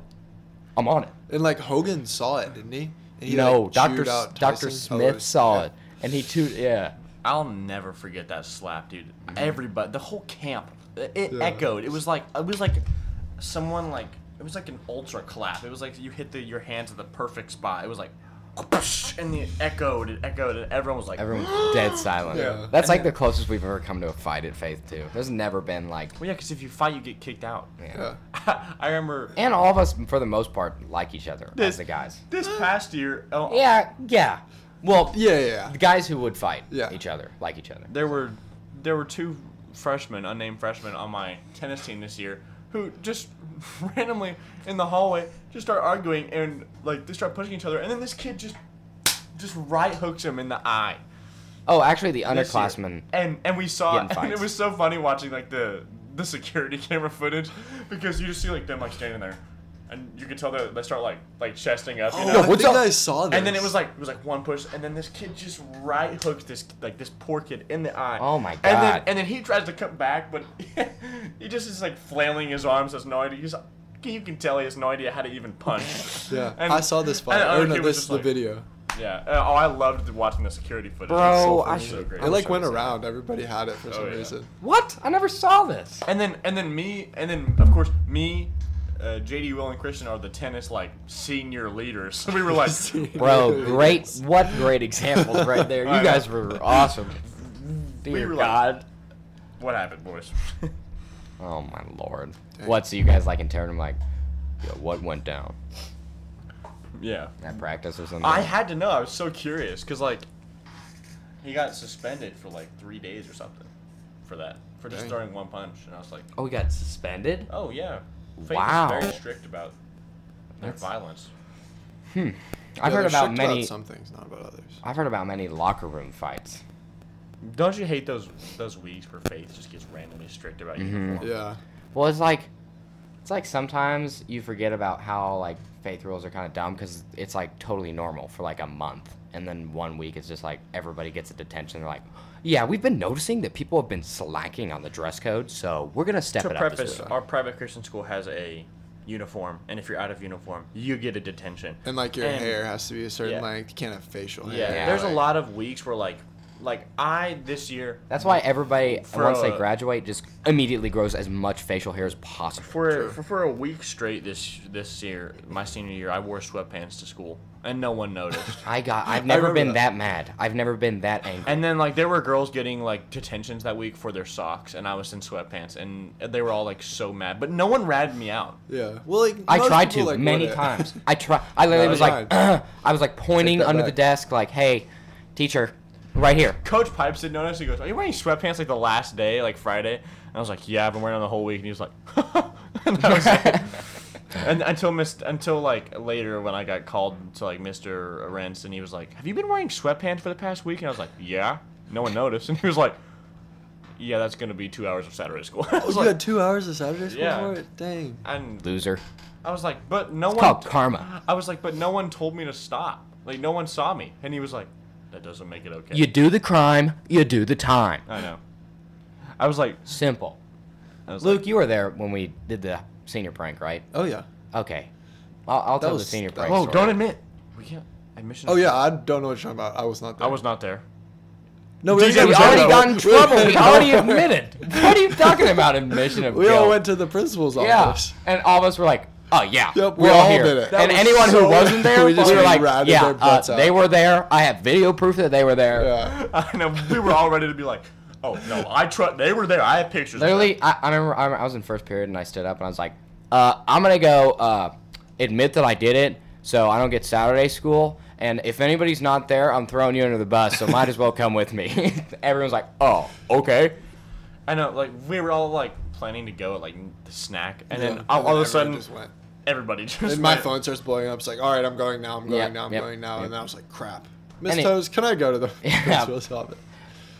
I'm on it. And like Hogan saw it, didn't he? And he no, like, Doctor chewed out Doctor Tyson's- oh, Smith saw yeah. it, and he too. Yeah, I'll never forget that slap, dude. Everybody, the whole camp, it Yeah. echoed. It was like it was like someone like it was like an ultra clap. It was like you hit the, your hands at the perfect spot. It was like, and it echoed. It echoed, and everyone was like, everyone's dead silent. Yeah. That's like the closest we've ever come to a fight at Faith too. There's never been like, Well, yeah, because if you fight, you get kicked out. yeah. Yeah. *laughs* I remember and all of us for the most part like each other as This- the guys. *gasps* this past year. Oh, Yeah, yeah. Well, Yeah, yeah. the guys who would fight Yeah. each other like each other. there were there were two freshmen, unnamed freshmen, on my tennis team this year who just *laughs* randomly in the hallway just start arguing and like they start pushing each other, and then this kid just just right hooks him in the eye. Oh, actually, the this year. underclassmen. and and we saw Getting it, and it fights. was so funny watching like the the security *laughs* camera footage because you just see like them like standing there, and you can tell that they start like like chesting up. You Oh, know? I what's think up? I saw this. And then it was like it was like one push, and then this kid just right hooks this like this poor kid in the eye. Oh my And then God. and then he tries to come back, but *laughs* he just is like flailing his arms, has no idea. He's you can tell he has no idea how to even punch. *laughs* Yeah, And- I saw this and fight. the Or other no, kid was this just the like- video. Yeah. Uh, Oh, I loved watching the security footage. Bro, It's so I funny, should- so great. It like I'm went sorry. Oh, around. Everybody had it for some yeah. *laughs* reason. *laughs* What? I never saw this. And then and then me and then of course me, uh, JD, Will, and Christian are the tennis like senior leaders. *laughs* So we were *laughs* like, Bro, great. What great examples right there. I You know. guys were awesome. Dear were like- God. "What happened, boys?" *laughs* oh, my Lord. Dang. What? So you guys like in turn, I'm like, yo, what went down? yeah. At practice or something? I had to know. I was so curious because like, he got suspended for like three days or something, for that for just Dang. throwing one punch. And I was like, oh, we got suspended? "Oh yeah." Faith Wow. Is very strict about their That's- violence. I've heard about many. some things, not about others. I've heard about many locker room fights. Don't you hate those those weeks where Faith just gets randomly strict about Mm-hmm. Oh. uniform? Yeah, Well, it's like, it's like sometimes you forget about how like faith rules are kind of dumb because it's like totally normal for like a month, and then one week it's just like everybody gets a detention. They're like, yeah, we've been noticing that people have been slacking on the dress code, so we're gonna step to it up. preface, This week. our private Christian school has a uniform, and if you're out of uniform, you get a detention. and like your And- hair has to be a certain yeah. length. You can't have facial hair. Yeah, Yeah, there's like- a lot of weeks where like, like I this year That's why everybody For once they a- graduate just immediately grows as much facial hair as possible. for, for for a week straight this this year, my senior year, I wore sweatpants to school, and no one *laughs* noticed. I got. I've I never remember been that. mad. I've never been that angry. And then like there were girls getting like detentions that week for their socks, and I was in sweatpants, and they were all like so mad, but no one ratted me out. Yeah. Well, like I most tried people, to like, many would it. times. I try. I literally No, was you like, *clears throat* I was like pointing Take that under the back. desk, like, "Hey, teacher, right here." Coach Pipes did notice. He goes, "Are you wearing sweatpants like the last day, like Friday?" And I was like, "Yeah, I've been wearing them the whole week." And he was like, *laughs* and, that was *laughs* it. and until Miss, until like later when I got called to like Mr. Arentz, and he was like, "Have you been wearing sweatpants for the past week?" And I was like, "Yeah." No one noticed, and he was like, "Yeah, that's gonna be two hours of Saturday school." *laughs* I Oh, was *laughs* you like, had two hours of Saturday school Yeah. for it. Dang. and Loser. I was like, "But no It's one." called karma. I was like, "But no one told me to stop. Like no one saw me." And he was like, "That doesn't make it okay." You do the crime, you do the time. I know. I was like, Simple. I was Luke, you were there when we did the senior prank, right? Oh yeah. Okay. I'll, I'll tell the was- senior that- prank. Whoa, story. don't admit. We can't. Admission. Oh yeah. I don't know what you're talking about. I was not there. I was not there. No, DJ, didn't We go already there. got in *laughs* We- trouble. We already admitted. What are you talking about? Admission of *laughs* We guilt. all went to the principal's Yeah. office. And all of us were like, oh, yeah. Yep, we're we all, all here. did it. That And was anyone who so- *laughs* wasn't there, we we, just were like, ratted yeah, their uh, butts out." they were there. I have video proof that they were there. Yeah. *laughs* I know. We were all ready to be like, oh no, I trust. They were there. I have pictures. of them." Literally, I, I, remember, I remember I was in first period and I stood up and I was like, uh, I'm going to go uh, admit that I did it so I don't get Saturday school. And if anybody's not there, I'm throwing you under the bus, so might as well come with me. *laughs* Everyone's like, oh, okay. I know. Like we were all like planning to go at like the snack, and Yeah. then all, all of Everyone a sudden, just went. everybody just. And my went. phone starts blowing up. It's like, all right, I'm going now. I'm going Yep, now. I'm yep, going now. yep. And then I was like, crap. Miss it- Toes, can I go to the *laughs* Yeah. principal's office?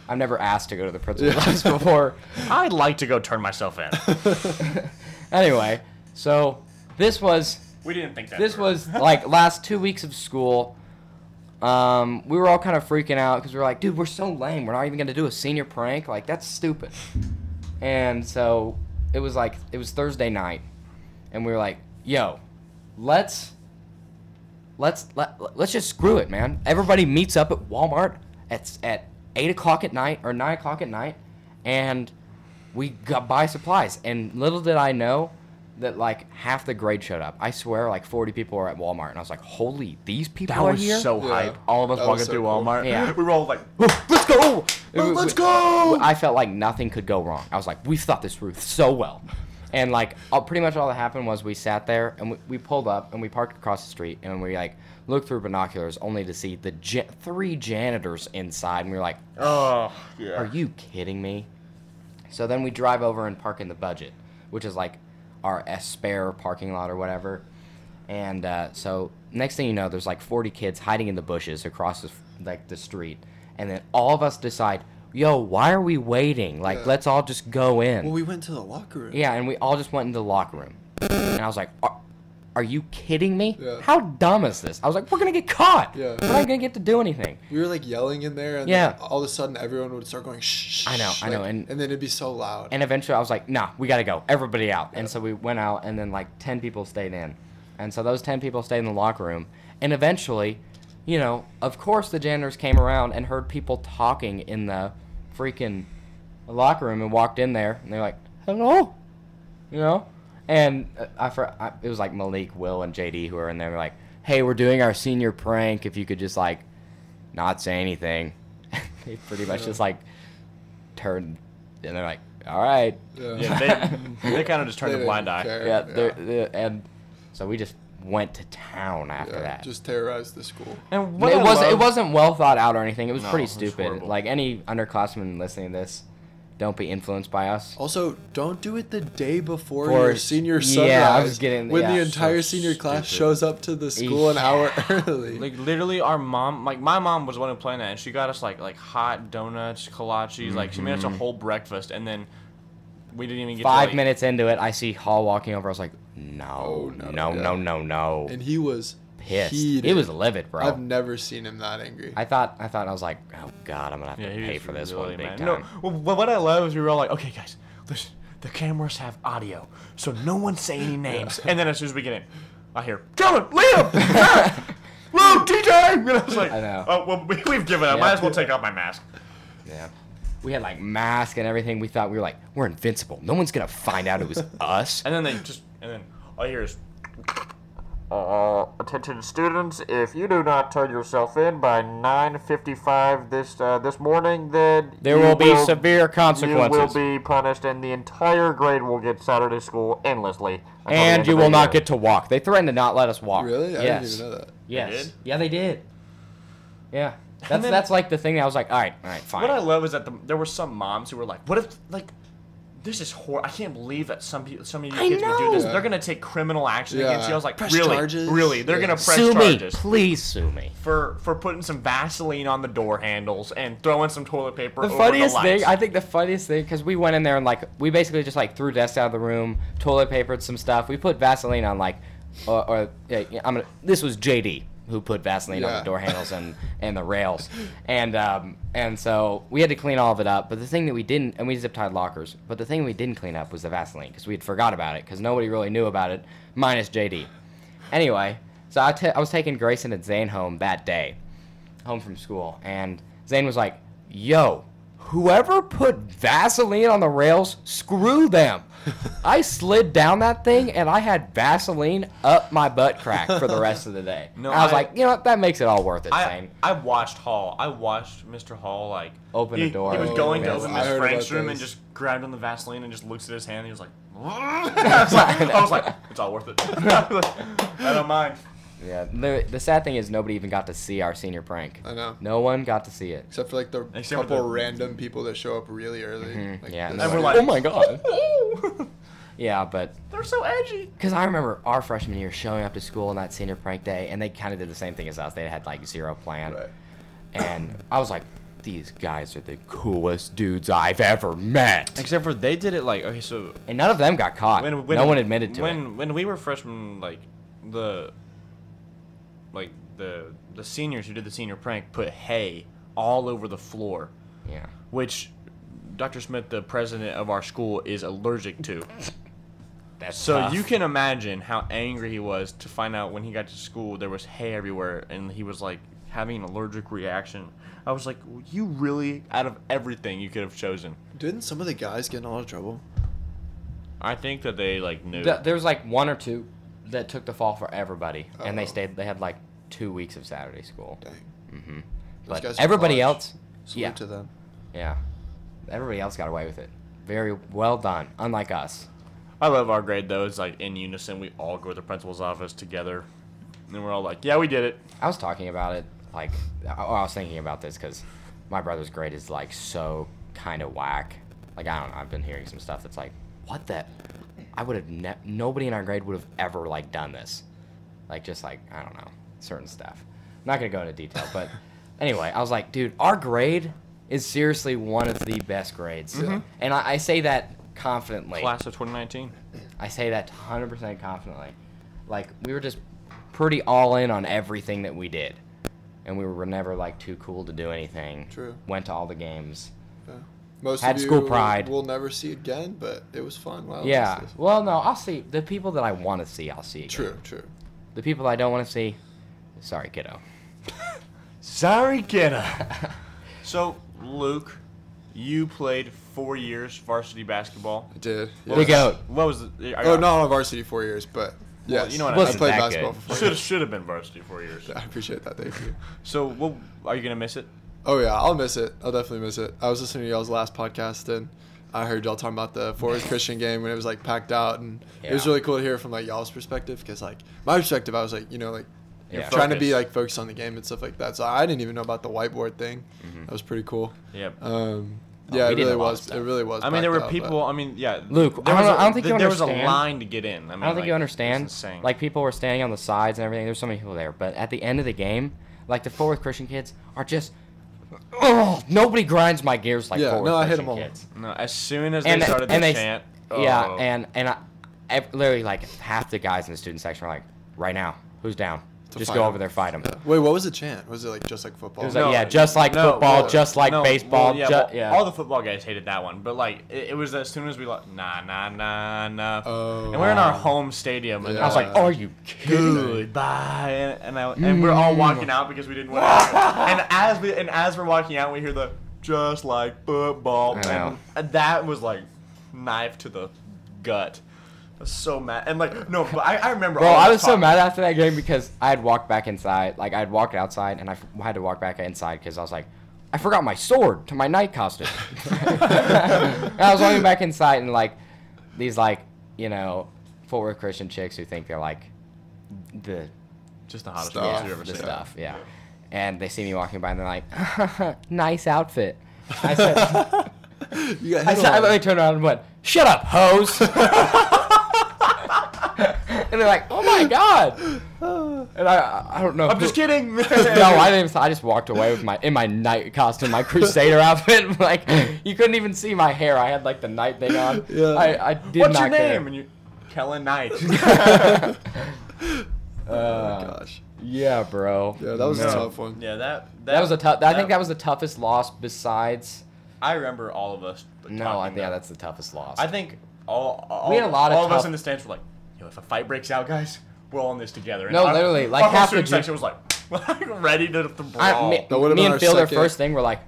I've never asked to go to the principal's office before. I'd like to go turn myself *laughs* in. Anyway, so this was we didn't think that. This through. was like last two weeks of school. Um, we were all kind of freaking out because we were like, dude, we're so lame. We're not even gonna do a senior prank. Like that's stupid. And so it was like it was Thursday night, and we were like, yo, let's let's let, let's just screw it, man. Everybody meets up at Walmart at at eight o'clock at night or nine o'clock at night, and we got buy supplies. And little did I know that like half the grade showed up. I swear, like forty people were at Walmart, and I was like, holy, these people That are was here. so Yeah. hype. All of us That was walking so through cool. Walmart. Yeah. We were all like, *laughs* let's go. Oh, let's go! I felt like nothing could go wrong. I was like, we've thought this through so well. And like, all, pretty much all that happened was we sat there and we, we pulled up and we parked across the street and we like looked through binoculars only to see the ja- three janitors inside and we were like, oh, yeah. *laughs* are you kidding me? So then we drive over and park in the budget, which is like our uh, spare parking lot or whatever. And uh, so next thing you know, there's like 40 kids hiding in the bushes across the, f- like the street, and then all of us decide, yo, why are we waiting? Like, Yeah. let's all just go in. Well, we went to the locker room. Yeah, and we all just went into the locker room. And I was like, are, are you kidding me? Yeah. How dumb is this? I was like, we're gonna get caught. Yeah. We're not gonna get to do anything. We were like yelling in there, and Yeah. then all of a sudden everyone would start going shh. shh, I know, shh," I know, like, and- and then it'd be so loud. And eventually I was like, nah, we gotta go. Everybody out. And so we went out, and then like 10 people stayed in. And so those 10 people stayed in the locker room. And eventually, you know, of course the janitors came around and heard people talking in the freaking locker room and walked in there, and they're like, hello? You know? And uh, I, for, I, it was like Malik, Will, and JD who were in there. They're like, hey, we're doing our senior prank. If you could just like not say anything. *laughs* they pretty much just like turned, and they're like, all right. yeah. Yeah, they, they kind of just turned They a blind didn't eye. care, Yeah, they're, they're- and so we just went to town after yeah, that. Just terrorized the school. And it I was love- it wasn't well thought out or anything. It was No, pretty it was stupid. horrible. like any underclassman listening to this, don't be influenced by us. Also, don't do it the day before For- your senior sunrise. yeah, I was getting- when yeah, the entire so senior class stupid. shows up to the school an hour *laughs* early. Like literally, our mom, like my mom, was the one who planned that, and she got us like like hot donuts, kolaches, like she made us a whole breakfast, and then we didn't even get to, Mm-hmm. Five like- minutes into it, I see Hall walking over. I was like, no, Oh, no, no, yeah. no, no, no. and he was Pissed. Heated. He was livid, bro. I've never seen him that angry. I thought I thought I was like, oh god, I'm gonna have to Yeah, he pay was for this really one big mad. time. No, well, well, what I love is we were all like, okay, guys, listen, the cameras have audio, so no one say *laughs* any names. and then as soon as we get in, I hear, Dylan, Liam, Matt, Lou, TJ. And I was like, I know. oh well, we, we've given up. Yeah. Might as well take off my mask. Yeah. We had like mask and everything. We thought we were like, we're invincible. No one's gonna find out it was us. And then they just, and then all I hear is. Uh, attention students, if you do not turn yourself in by 9:55 this uh, this morning, then There you will be severe consequences. You will be punished, and the entire grade will get Saturday school endlessly. until the and end you of the will not year. get to walk. They threatened to not let us walk. really? I yes. didn't even know that. Yes. They did? Yeah, they did. Yeah. That's then- that's like the thing that I was like, all right, all right, What I fine. love is that the, there were some moms who were like, "What if like." This is horrible. I can't believe that some people, some of you I kids would do this. know. They're gonna take criminal action Yeah. against you. I was like, Press really, charges. really, they're Yeah. gonna press Sue me, charges. please sue me. for for putting some Vaseline on the door handles and throwing some toilet paper. The over funniest the thing, lights. I think the funniest thing, because we went in there and like we basically just like threw desks out of the room, toilet papered some stuff. We put Vaseline on like, or, or yeah, yeah, I'm gonna. This was JD who put Vaseline on the Yeah. door handles and and the rails, and um and so we had to clean all of it up. But the thing that we didn't, and we zip tied lockers. But the thing we didn't clean up was the Vaseline because we had forgot about it because nobody really knew about it minus JD. Anyway, so I, ta- I was taking Grayson and Zane home that day home from school, and Zane was like, "Yo, whoever put Vaseline on the rails, *laughs* screw them." I slid down that thing, and I had Vaseline up my butt crack for the rest of the day. *laughs* No, I was I- like, you know what? That makes it all worth it, I, Zane. I watched Hall. I watched Mr. Hall like Open the he- door. He was Oh, going to yes. open I Miss heard Frank's about room and this. just grabbed on the Vaseline and just looks at his hand. and He *laughs* was like, *laughs* I was like, I was like, it's all worth it. *laughs* I was like, I don't mind. Yeah. The, the sad thing is nobody even got to see our senior prank. I know. No one got to see it. Except for like the Except for couple the- random people that show up really early. Like, yeah. this no And we're year. one- like, oh my god. yeah, but *laughs* They're so edgy. Because I remember our freshman year showing up to school on that senior prank day, and they kind of did the same thing as us. They had like zero plan. Right. And I was like, these guys are the coolest dudes I've ever met. Except for they did it like okay, so And none of them got caught. no one admitted to when, it. When we were freshmen, like the like the the seniors who did the senior prank put hay all over the floor, Yeah. which Dr. Smith, the president of our school, is allergic to. That's So tough. you can imagine how angry he was to find out when he got to school there was hay everywhere and he was like having an allergic reaction. I was like, you really out of everything you could have chosen. Didn't some of the guys get in a lot of trouble? I think that they like knew. Th- there was like one or two that took the fall for everybody, and Oh. they stayed. They had like two weeks of Saturday school. Dang. hmm Those But guys are everybody clutch. else, Salute Yeah. to them. yeah, everybody else got away with it. Very well done. Unlike us. I love our grade though. It's like in unison, we all go to the principal's office together, and we're all like, "Yeah, we did it." I was talking about it, like, I, oh, I was thinking about this because my brother's grade is, like, so kind of whack. Like, I don't know, I've been hearing some stuff that's like, what the? I would have, ne- nobody in our grade would have ever, like, done this. Like, just like, I don't know, certain stuff. I'm not going to go into detail, but anyway, I was like, dude, our grade is seriously one of the best grades. And I, I say that confidently. Class of 2019. I say that 100% confidently. Like, we were just pretty all in on everything that we did. And we were never, like, too cool to do anything. True. Went to all the games. Yeah. Most Had of you school pride. We'll never see again, but it was fun. Wow. yeah. this is- Well, no, I'll see. The people that I want to see, I'll see. again. True. True. The people I don't want to see, sorry, kiddo. Sorry, kiddo. *laughs* so, Luke, you played four years varsity basketball. I did. The goat. What was? The, I- Oh, not on varsity four years, but yes. you know what I I Wasn't played that basketball good. for four Should years. *laughs* should have been varsity four years. I appreciate that. Thank you. So, what are you gonna miss it? Oh yeah, I'll miss it. I'll definitely miss it. I was listening to y'all's last podcast and I heard y'all talking about the Forest *laughs* Christian game when it was like packed out, and it was Yeah. really cool to hear from like y'all's perspective because like my perspective, I was like you know like Yeah. trying to be Focus. like focused on the game and stuff like that. So I didn't even know about the whiteboard thing. That was pretty cool. Yep. Um, Mm-hmm. Oh, yeah, we it did a really lot of was. It stuff. really was. I mean, there packed were out, but- people. I mean, yeah. there was Luke, I don't know- I don't think th- you there was a understand. line to get in. I, mean, I don't think like, It's you understand. insane. Like people were standing on the sides and everything. There's so many people there, but at the end of the game, like the forward Christian kids are just, oh, nobody grinds my gears like Yeah, forward no, I hit Christian them all. kids. no, as soon as And- they started and the they- chant. Yeah, oh. and and I, ev- literally like half the guys in the student section are like, right now, who's down? To just fight go 'em. over there, fight him. Wait, what was the chant? Was it like just like football? It was No, like, yeah, just like no, football, well, just like no, baseball. well, yeah, ju- well, yeah. all the football guys hated that one, but like it, it was as soon as we like nah nah nah nah, Oh. and we're in our home stadium, and Yeah. I was like, uh, are you kidding? me?" goodbye, and, and, I, and we're all walking out because we didn't want. to. *laughs* and as we and as we're walking out, we hear the just like football, I know. and that was like knife to the gut. I was so mad, and like no, but I, I remember. Bro, all I the was so talk. mad after that game because I had walked back inside. Like, I had walked outside and I f- had to walk back inside because I was like, I forgot my sword to my *laughs* night costume. *laughs* and I was walking back inside and, like, these, like, you know, Fort Worth Christian chicks who think they're, like, the, Just the hottest Stuff. stuff yeah, you ever the seen. stuff. Yeah. And they see me walking by and they're like, *laughs* nice outfit. I said, you got I, hit said, I on. literally turned around and went, "Shut up, hoes!" and they're like, "Oh my god!" And I, I don't know. I'm who- just kidding. no, *laughs* No, I didn't. I just walked away with my in my night costume, my crusader *laughs* outfit. Like you couldn't even see my hair. I had like the night thing on. Yeah. I, I did What's not your care. name? And you, Kellen *laughs* Knight. Oh my Uh, gosh. Yeah, bro. Yeah, that was a No. tough one. Yeah, that that, That was a tough. I think that was the toughest loss besides. I remember all of us. like, No, talking I, yeah, about- that's the toughest loss. I think all, all We had a lot of all us tough- in the stands were like, yo, if a fight breaks out, guys, we're all in this together. And No, our- literally, like, our whole half the student ju- section was like, *laughs* like ready to, to brawl. I, me, That would've me been and our Phil, their second- first thing, were like,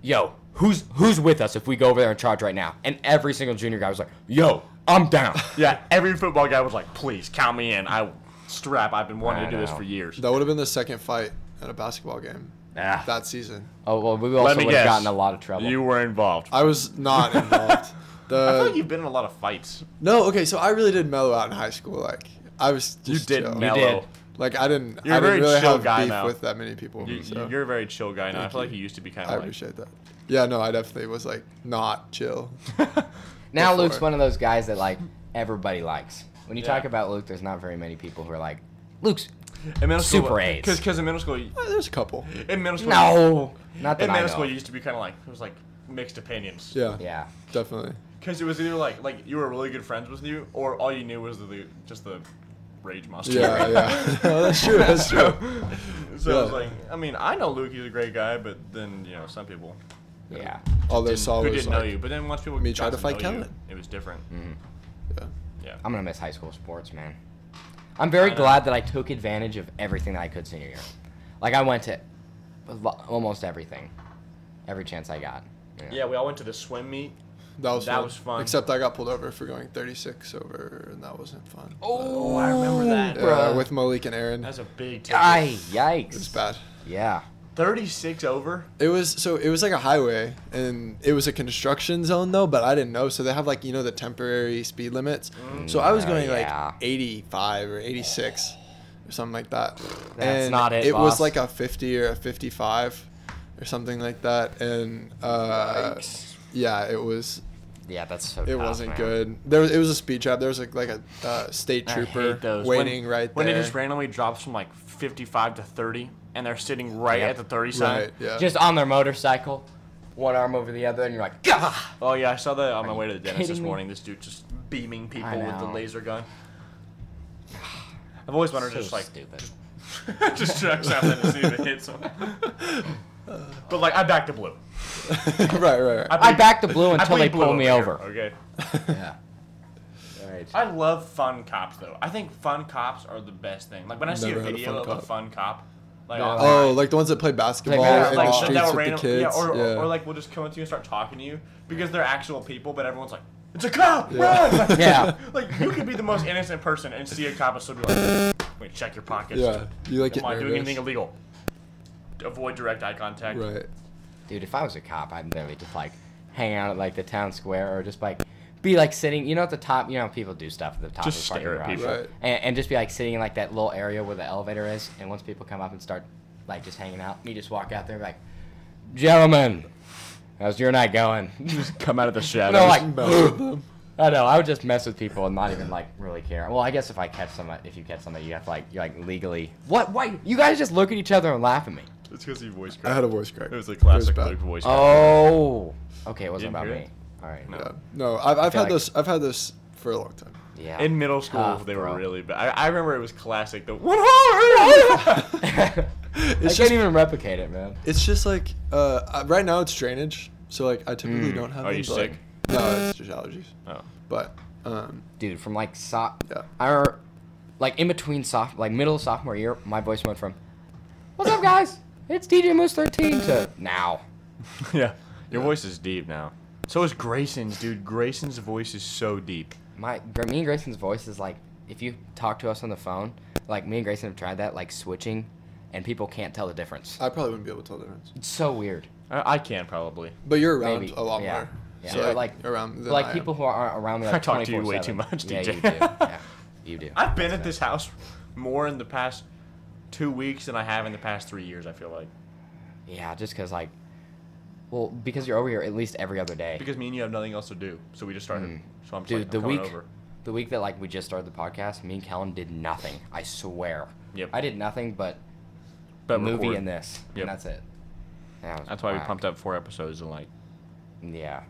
"Yo, who's who's with us if we go over there and charge right now?" And every single junior guy was like, "Yo, I'm down." yeah, every football guy was like, please count me in. I strap. I've been wanting to I do this know. for years. That would have been the second fight at a basketball game Ah. that season. *laughs* oh well, we Let also me would have guess. gotten a lot of trouble. Uh, You were involved. I, I was *laughs* not involved. feel The like you've been in a lot of fights. no, okay, so I really did mellow out in high school. Like I was, You just did chill. mellow. did. Like I didn't. You're I a very didn't really chill have guy beef now. with that many people. You, so You're a very chill guy now. I Thank feel like you. you used to be kind I of like. appreciate that. Yeah, no, I definitely was like not *laughs* chill. now before. Luke's one of those guys that like everybody likes. When you Yeah. talk about Luke, there's not very many people who are like, "Luke's In middle school, Super A's. Because in middle school, you- There's a couple. in middle school, no." Not that in I know. middle school, you used to be kind of like it was like mixed opinions. Yeah, yeah. definitely. *laughs* Because it was either like like you were really good friends with you, or all you knew was the just the rage monster. *laughs* Yeah, yeah. *laughs* No, that's true. That's true. so I was Yeah. like, I mean, I know Luke, he's a great guy, but then you know, some people Yeah. All they didn't, saw who was didn't like, know you. But then once people me got try to fight know you, Kellen. it was different. Yeah. Yeah, Mm. I'm gonna miss high school sports, man. I'm very I know. glad that I took advantage of everything that I could senior year. Like I went to lo- almost everything, every chance I got. Yeah. yeah. We all went to the swim meet. That was That fun. was fun. Except I got pulled over for going 36 over, and that wasn't fun. Oh, I remember that. yeah, bruh. uh, with Malik and Aaron, it That's a big. ticket. Ay, yikes. was bad. Yeah. Thirty-six over. It was so it was like a highway, and it was a construction zone though, but I didn't know. So they have like you know the temporary speed limits. So I was Oh, going yeah. like 85 or 86 or something like that. That's and not it, It boss. was like a 50 or a 55 or something like that, and uh, yeah, it was Yeah, that's so. It tough, wasn't Oh, man. good. There was, it was a speed trap. There was like, like a uh, state I hate trooper those. waiting when, right when there. it just randomly drops from like 55 to 30 and they're sitting right Yep. at the 30 sign right, yeah. Just *laughs* on their motorcycle, one arm over the other, and you're like, Gah! oh yeah i saw that on my way to the you dentist this kidding me? morning this dude just beaming I people with the know. laser gun *sighs* i've always So wondered just like stupid. *laughs* just chucks out that as soon as it hits *laughs* him but like i backed the blue *laughs* right, right, right. I bleed- backed the blue I until they bleed blue pulled me over. here, okay Yeah. Right. i love fun cops though i think fun cops are the best thing like when i see a Never had a video fun of cop. a fun cop like Yeah. online, Oh, like the ones that play basketball Yeah, in like, the that streets will with the kids. Yeah, or, yeah. or like we'll just come up to you and start talking to you because they're actual people, but everyone's like, "It's a cop, run!" *laughs* Like, Yeah. *laughs* like you could be the most innocent person and see a cop and still be like, "Wait, check your pockets. Yeah, you, like, Am get I doing nervous. anything illegal? Avoid direct eye contact. right. Dude, if I was a cop, I'd literally just like hang out at like the town square or just like be like sitting, you know, at the top, you know, people do stuff at the top Just of the parking stare at garage. people. Right. And, and just be like sitting in like that little area where the elevator is. And once people come up and start like just hanging out, me just walk out there and be like, gentlemen, how's your night going? *laughs* Just come out of the shadows. No, like- Mess with them. I know. I would just mess with people and not even like really care. Well, I guess if I catch somebody, if you catch somebody, you have to like you like legally. What? Why? You guys just look at each other and laugh at me. it's because he *laughs* voice I cracked. had a voice crack. It was a classic bad. Luke voice. crack. Oh. Okay, it wasn't Didn't about hear me. it? All right. No. Yeah. No, I've, I've feel had like- this. I've had this for a long time. Yeah. In *laughs* *laughs* middle school, Tough, they were bro. really bad. I, I remember it was classic. The one *laughs* heart. I It's can't just- even replicate it, man. It's just like uh, I- right now it's drainage, so like I typically don't have. Are you any, like- sick? No, it's just allergies. *laughs* oh. But um, Dude, from like so, Yeah. I remember, like in between soph, like middle of sophomore year, my voice went from, "What's up, guys? It's DJ Moose 13" to now. Yeah. Your voice is deep now. So is Grayson's, dude. Grayson's voice is so deep. My Gr- me and Grayson's voice is like if you talk to us on the phone, like me and Grayson have tried that, like switching, and people can't tell the difference. I probably wouldn't be able to tell the difference. It's so weird. I, I can probably. But you're around Maybe. a lot yeah. more. Yeah. So But, like, like around. but, than I like am. people who are around me. Like, I talk to you way too 24/7. much, Yeah, DJ. you do. Yeah, *laughs* you do. I've been at this house more in the past two weeks than I have in the past three years. I feel like Yeah, just because like, well, because you're over here at least every other day. because me and you have nothing else to do, so we just started. So I'm just Mm. Dude, like, I'm the coming week, over. the week that like we just started the podcast, me and Kellen did nothing. I swear. Yep. I did nothing but, But movie record. and this, Yep. and that's it. Yeah, it was That's why we whack. pumped up four episodes in like Yeah,